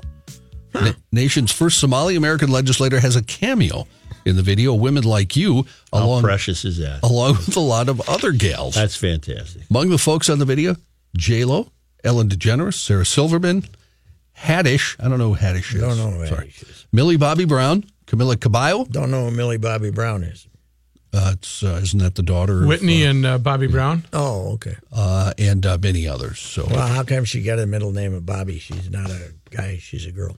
S9: Na- nation's first Somali American legislator has a cameo in the video, Women Like You,
S1: How
S3: Um,
S9: along,
S1: precious is that?
S3: oh.
S9: along with a lot of other gals.
S1: That's fantastic.
S9: Among the folks on the video, J-Lo, Ellen DeGeneres, Sarah Silverman, Haddish. I don't know who Haddish is.
S3: Don't know who
S9: Sorry.
S3: Haddish is.
S9: Millie Bobby Brown, Camilla Caballo.
S3: Don't know who Millie Bobby Brown is.
S9: Uh, it's, uh, isn't that the daughter? of,
S4: Whitney and uh, Bobby Brown.
S3: Oh, okay.
S9: uh, and uh, many others. So
S3: Well, how come she got a middle name of Bobby? She's not a guy. She's a girl.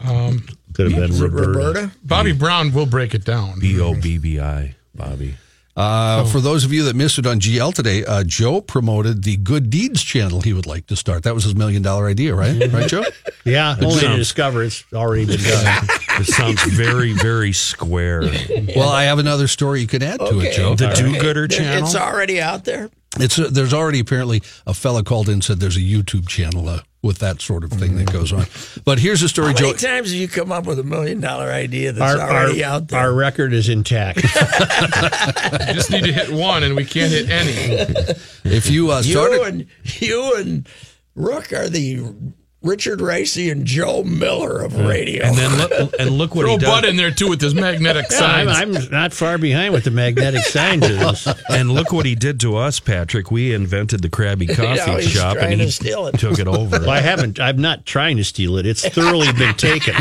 S4: Um,
S1: Could have been Roberta.
S4: Bobby Brown will break it down.
S8: B O B B I, Bobby.
S9: Uh, For those of you that missed it on GL today, uh, Joe promoted the Good Deeds channel he would like to start. That was his million dollar idea, right? Right, Joe?
S1: Yeah, only to
S3: um,
S8: sounds-
S1: discover it's already been done.
S8: It sounds very, very square.
S9: Well, I have another story you could add to it, Joe.
S8: The Do Gooder channel.
S3: It's already out there.
S9: It's uh there's already apparently a fella called in said there's a YouTube channel uh, with that sort of thing that goes on. But here's a story,
S3: How
S9: Joe.
S3: many times have you come up with a million dollar idea that's
S1: our, our,
S3: already out there?
S1: our record is intact.
S4: Just need to hit one, and we can't hit any.
S9: If you uh,
S3: you
S9: started,
S3: and you and Rook are the Richard Ricey and Joe Miller of radio.
S8: And then look, and look what
S4: Throw
S8: he does.
S4: Bud in there too with his magnetic
S1: Yeah, I'm,
S4: signs.
S1: I'm not far behind with the magnetic signs of this.
S8: And look what he did to us, Patrick. We invented the Krabby Coffee
S3: Yeah, he's
S8: Shop,
S3: trying
S8: and
S3: to
S8: he
S3: steal it.
S8: took it over.
S1: Well, I haven't. I'm not trying to steal it. It's thoroughly been taken.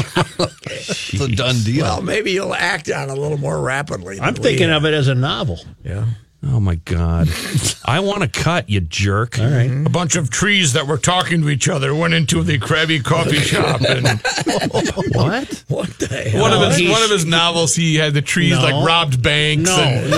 S9: it's a done deal.
S3: well, maybe you'll act on it a little more rapidly.
S1: I'm thinking of it as a novel.
S3: Yeah.
S8: oh my God! I want a cut, you jerk. All right.
S4: a bunch of trees that were talking to each other went into the Krabby Coffee Shop, and
S8: What?
S3: What the hell?
S4: one of his
S1: He's-
S4: one of his novels, he had the trees
S1: No.
S4: like robbed banks.
S1: No,
S4: and
S1: no,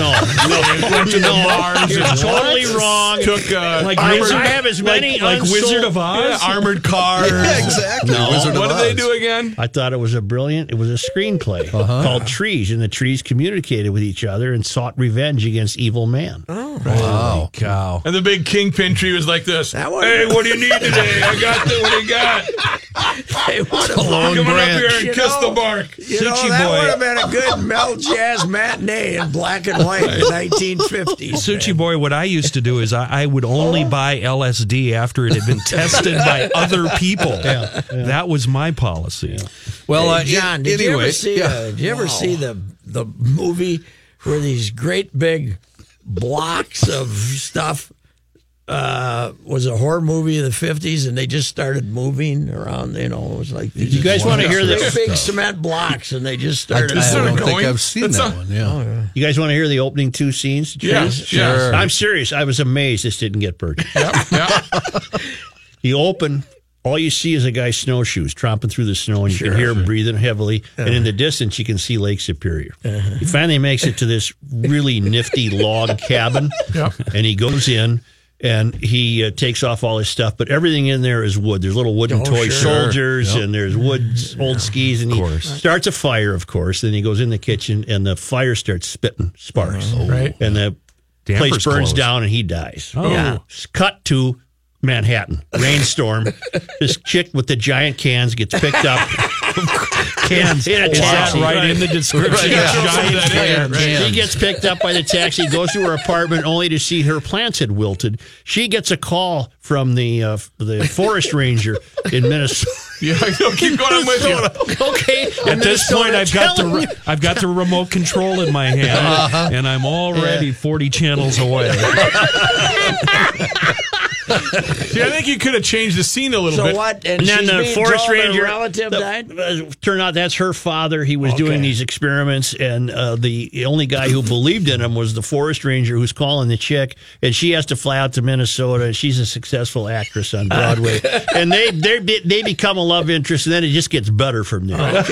S1: no.
S4: Went to the bars
S1: You're
S4: and
S1: totally wrong.
S4: Took uh,
S1: Like
S4: armored-
S1: Wizard- I have as many
S4: like, like
S1: unsold-
S4: Wizard of Oz, armored cars.
S9: exactly. Wizard of
S4: What
S9: Oz.
S4: do
S9: Uh-huh.
S4: they do again?
S1: I thought it was a brilliant. It was a screenplay called Trees, and the trees communicated with each other and sought revenge against evil man.
S8: Wow. Cow.
S4: And the big kingpin tree was like this.
S3: That one-
S4: Hey, what do you need today? I got the, what do you got?
S3: They would have
S8: Alone
S3: Come on
S8: branch.
S3: up here and
S8: You
S3: kiss
S8: know-
S3: the bark. You know,
S8: Suchi
S3: that
S8: boy.
S3: would have been a good Mel Jazz matinee in black and white in 1950s.
S8: Suchi boy, what I used to do is I, I would only buy LSD after it had been tested by other people. That was my policy.
S9: Well, uh,
S3: Hey, John, did you
S9: anyway,
S3: ever see?
S9: yeah.
S3: Uh, did you ever see the the movie where these great big blocks of stuff uh, was a horror movie of the fifties, and they just started moving around? You know, it was like did
S1: you guys wanna hear
S3: big,
S1: this?
S3: big cement blocks, and they just started.
S9: I don't think
S4: going?
S9: I've seen
S4: That's
S9: that
S4: a-
S9: one. Yeah.
S1: You guys want to hear the opening two scenes?
S4: Yeah,
S1: Cheers?
S4: yeah. Sure.
S1: I'm serious. I was amazed this didn't get purchased. you open, all you see is a guy snowshoes tromping through the snow, and you can hear him breathing heavily. And in the distance, you can see Lake Superior. He finally makes it to this really nifty log cabin, and he goes in. And he uh, takes off all his stuff, but everything in there is wood. There's little wooden toy soldiers, and there's wood old skis, and he starts a fire, of course. Then he goes in the kitchen, and the fire starts spitting sparks,
S4: Right.
S1: and the place
S8: Damper's
S1: burns
S8: closed.
S1: down, and he dies.
S8: Oh.
S1: Yeah. Cut to Manhattan, rainstorm. this chick with the giant cans gets picked up. cans in a
S8: Is that
S1: taxi.
S8: right in the description?
S1: Giant
S8: Giant
S1: cans.
S8: fan.
S1: She gets picked up by the taxi, goes to her apartment, only to see her plants had wilted. She gets a call from the uh, the forest ranger in Minnesota.
S4: Yeah, I know. keep going. I'm with you.
S1: okay,
S8: At this point, I've got the re- I've got the remote control in my hand, and I'm already 40 channels away.
S4: See, I think you could have changed the scene a little
S3: So
S4: bit.
S3: what? And,
S1: And then
S3: she's
S1: the
S3: being
S1: forest
S3: told her
S1: ranger
S3: relative
S1: the-
S3: died.
S1: uh, turned out that's her father. He was doing these experiments, and uh, the only guy who believed in him was the forest ranger who's calling the chick, and she has to fly out to Minnesota. She's a successful actress on Broadway, and they they be- they become a love interest, and then it just gets better from there.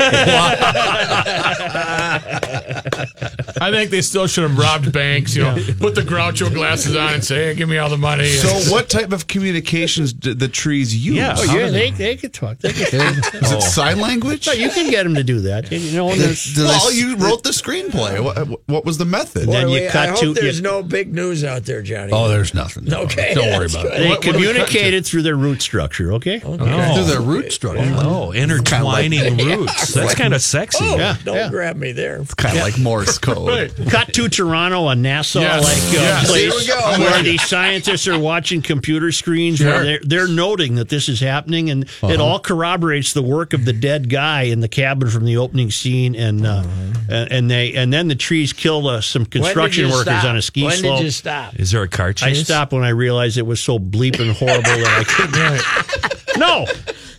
S4: I think they still should have robbed banks. You know, put the Groucho glasses on and say, "Hey, give me all the money."
S6: So, what type of communications did the trees use?
S8: Yeah.
S1: Oh, yeah, they they could talk. They could,
S6: Is it sign language?
S1: you can get them to do that. You know, and there's-
S6: well, you wrote the screenplay. What, what was the method?
S1: Then
S3: Boy,
S1: you
S3: we-
S1: cut
S3: I hope
S1: to-
S3: there's
S1: you-
S3: no big news out there, Johnny.
S9: Oh, there's nothing.
S3: Okay,
S9: Don't worry
S3: that's
S9: about it.
S3: good.
S1: they
S4: What- what-
S1: communicated through their root structure. Okay.
S9: Through their root structure.
S8: Oh, intertwining roots. That's kind of sexy.
S3: Oh,
S1: Yeah,
S3: don't
S1: yeah.
S3: grab me there.
S6: Kind of like Morse code.
S4: Right.
S1: Cut to Toronto, a NASA like
S4: Yes.
S1: uh,
S4: Yes.
S6: Here we
S1: place
S6: go. I'm
S1: where
S6: with
S1: the scientists are watching computer screens where
S4: Sure. Uh-huh.
S1: they're, they're noting that this is happening, and it all corroborates the work of the dead guy in the cabin from the opening scene, and uh,
S4: Uh-huh.
S1: and and they and then the trees kill uh, some construction
S3: When did you
S1: workers
S3: stop?
S1: on a ski
S3: when
S1: slope.
S3: did you stop?
S8: Is there a car chase?
S1: I stopped when I realized it was so bleeping horrible that I couldn't. No,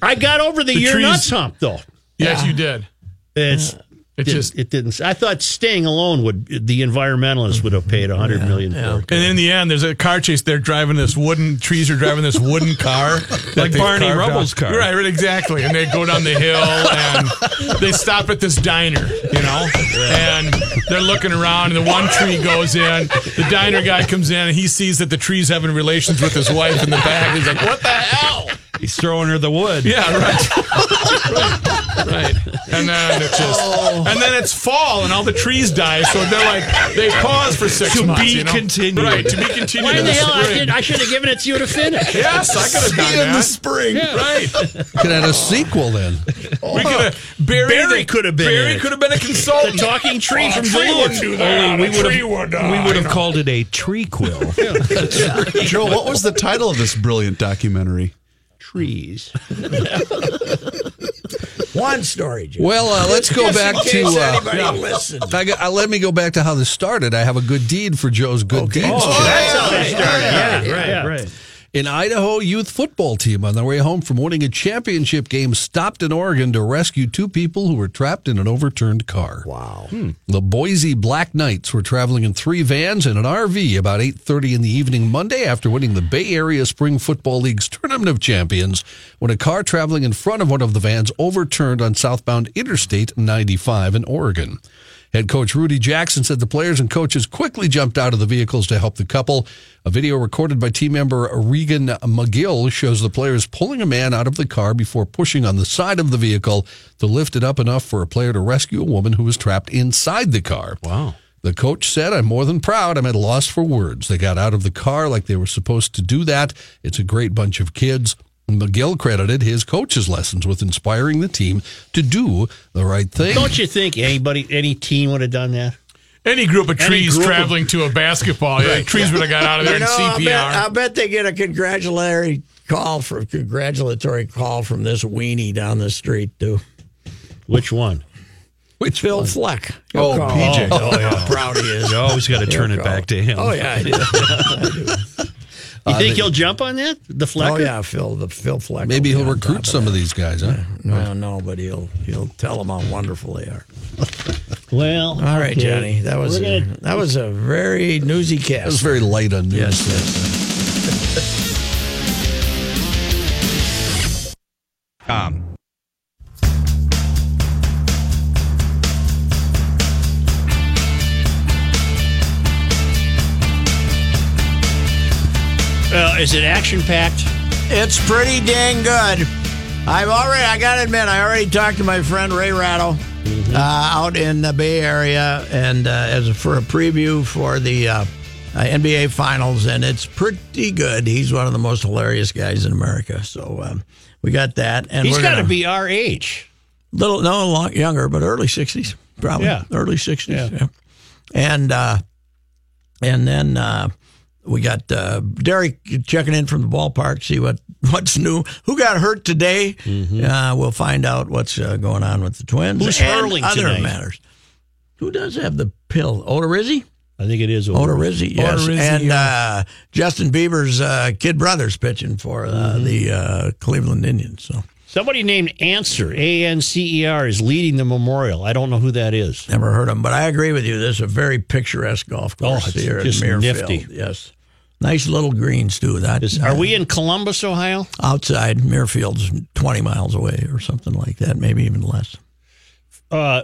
S1: I got over the, year
S4: trees-
S1: nuts hump though.
S4: Yes, you did.
S1: It's
S8: Uh,
S4: It
S1: didn't-
S4: just
S1: it didn't. I thought staying alone would the environmentalists would have paid a hundred million for it.
S4: And in the end, there's a car chase. They're driving this wooden. Trees are driving this wooden car, that
S8: Like
S4: they've
S8: Barney
S4: carved
S8: Rubble's
S4: out.
S8: car.
S4: Right, right, exactly. And they go down the hill and they stop at this diner, you know. And they're looking around, and the one tree goes in. The diner guy comes in, and he sees that the tree's having relations with his wife in the back. He's like, "What the hell?"
S8: He's throwing her the wood.
S4: Yeah, right. right. And then it just and then it's fall and all the trees die, so they're like they pause for six
S8: To
S4: months.
S8: be
S4: you know?
S8: continued.
S4: Right, to be continued.
S1: Why
S4: in
S1: the hell I,
S4: spring.
S1: did, I should have given it to you to finish.
S4: Yes, I could have done
S6: See you in the
S4: that.
S6: spring.
S4: Right.
S9: Could add a sequel then.
S4: We could have Barry,
S1: Barry
S4: the-
S1: could have been in
S4: Barry
S1: it.
S4: could have been a
S1: The
S4: consultant.
S1: talking tree from
S4: Oh, tree
S1: Duluth.
S4: wouldn't do that.
S8: Only
S4: A
S8: we would
S4: tree
S8: have,
S4: would, uh,
S8: we would have called it a tree quill.
S6: Joe, what was the title of this brilliant documentary?
S1: Trees.
S3: One story, Jim.
S9: Well, uh, let's go
S3: Just in
S9: back to.
S3: case
S9: Uh,
S3: anybody listened.
S9: I got, uh, let me go back to how this started. I have a good deed for Joe's good deed.
S6: Oh.
S1: Yeah, right, right.
S9: An Idaho youth football team on their way home from winning a championship game stopped in Oregon to rescue two people who were trapped in an overturned car. Wow. The Boise Black Knights were traveling in three vans and an RV about 8:30 in the evening Monday after winning the Bay Area Spring Football League's Tournament of Champions when a car traveling in front of one of the vans overturned on southbound Interstate 95 in Oregon. Head coach Rudy Jackson said the players and coaches quickly jumped out of the vehicles to help the couple. A video recorded by team member Regan McGill shows the players pulling a man out of the car before pushing on the side of the vehicle to lift it up enough for a player to rescue a woman who was trapped inside the car. Wow. The coach said, I'm more than proud. I'm at a loss for words. They got out of the car like they were supposed to do that. It's a great bunch of kids. McGill credited his coach's lessons with inspiring the team to do the right thing.
S1: Don't you think anybody, any team would have done that?
S4: Any group of
S1: Any
S4: trees
S1: group of-
S4: traveling to a basketball, yeah, trees would have got out of there
S3: You know,
S4: in
S3: I
S4: CPR.
S3: bet, I bet they get a congratulatory call from congratulatory call from this weenie down the street too.
S1: Which one?
S3: Which Phil Fleck. He'll
S6: Oh,
S3: call.
S6: PJ.
S3: Oh, how proud he is.
S8: You always got to turn it back to him.
S3: Oh yeah, I do.
S1: You think
S8: Uh,
S1: he'll jump on that? The Flecker?
S3: oh yeah, Phil the Phil Fleck. Oh,
S9: Maybe
S3: will be
S9: he'll
S3: on
S9: recruit
S3: top
S9: some of these guys, huh?
S3: of- No, no, but he'll he'll tell them how wonderful they are.
S1: Well,
S3: All right,
S1: okay.
S3: Johnny, that was
S1: We're
S3: a,
S1: gonna-
S3: that was a very newsy
S9: It was
S3: cast.
S9: very light on news.
S3: Yes, yes.
S1: Uh, is it action packed?
S3: It's pretty dang good. I've already, I gotta admit, I already talked to my friend Ray Rattle
S1: Mm-hmm.
S3: uh, out in the Bay Area, and uh, as a, for a preview for the uh, uh, NBA Finals, and it's pretty good. He's one of the most hilarious guys in America, so um, we got that. And
S1: He's
S3: we're
S1: got to
S3: gonna-
S1: be our age.
S3: little, no, long, younger, but early sixties, probably.
S1: Yeah.
S3: early sixties.
S1: Yeah.
S3: Yeah. and uh, and then uh, we got uh, Derek checking in from the ballpark, see what what's new. Who got hurt today? Uh, we'll find out what's uh, going on with the Twins.
S1: Mm-hmm. Who's
S3: and
S1: hurling
S3: other
S1: tonight?
S3: matters. Who does have the pill? Oda Rizzi?
S1: I think it is.
S3: Oda
S1: over.
S3: Rizzi, yes.
S4: Rizzi,
S3: and uh, Justin Bieber's uh, kid brother's pitching for uh,
S1: Mm-hmm.
S3: the uh, Cleveland Indians. So
S1: Somebody named Answer, A N C E R, is leading the memorial. I don't know who that is.
S3: Never heard of them, but I agree with you. This is a very picturesque golf course
S1: Oh, it's
S3: here
S1: just
S3: in Mirfield.
S1: nifty.
S3: Yes, nice little greens too. That
S1: Is- Are we in Columbus, Ohio?
S3: outside Mirfield's twenty miles away or something like that? Maybe even less.
S1: Uh,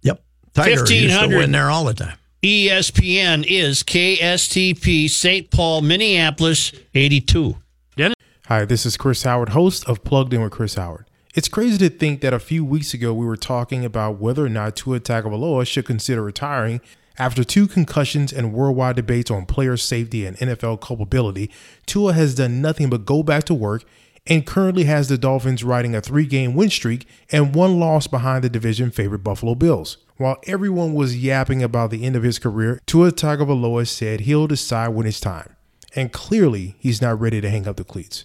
S3: Yep, Tiger used to
S1: 1500.
S3: win there all the time.
S1: E ESPN is KSTP St. Paul, Minneapolis, 82.
S10: Hi, this is Chris Howard, host of Plugged In with Chris Howard. It's crazy to think that a few weeks ago we were talking about whether or not Tua Tagovailoa should consider retiring after two concussions and worldwide debates on player safety and NFL culpability. Tua has done nothing but go back to work and currently has the Dolphins riding a three game win streak and one loss behind the division favorite Buffalo Bills. While everyone was yapping about the end of his career, Tua Tagovailoa said he'll decide when it's time and clearly he's not ready to hang up the cleats.